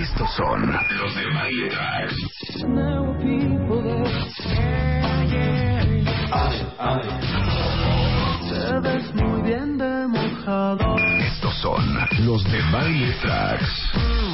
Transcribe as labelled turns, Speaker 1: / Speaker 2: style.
Speaker 1: Estos son los de Mario Tracks. Estos son los de Baile Tracks.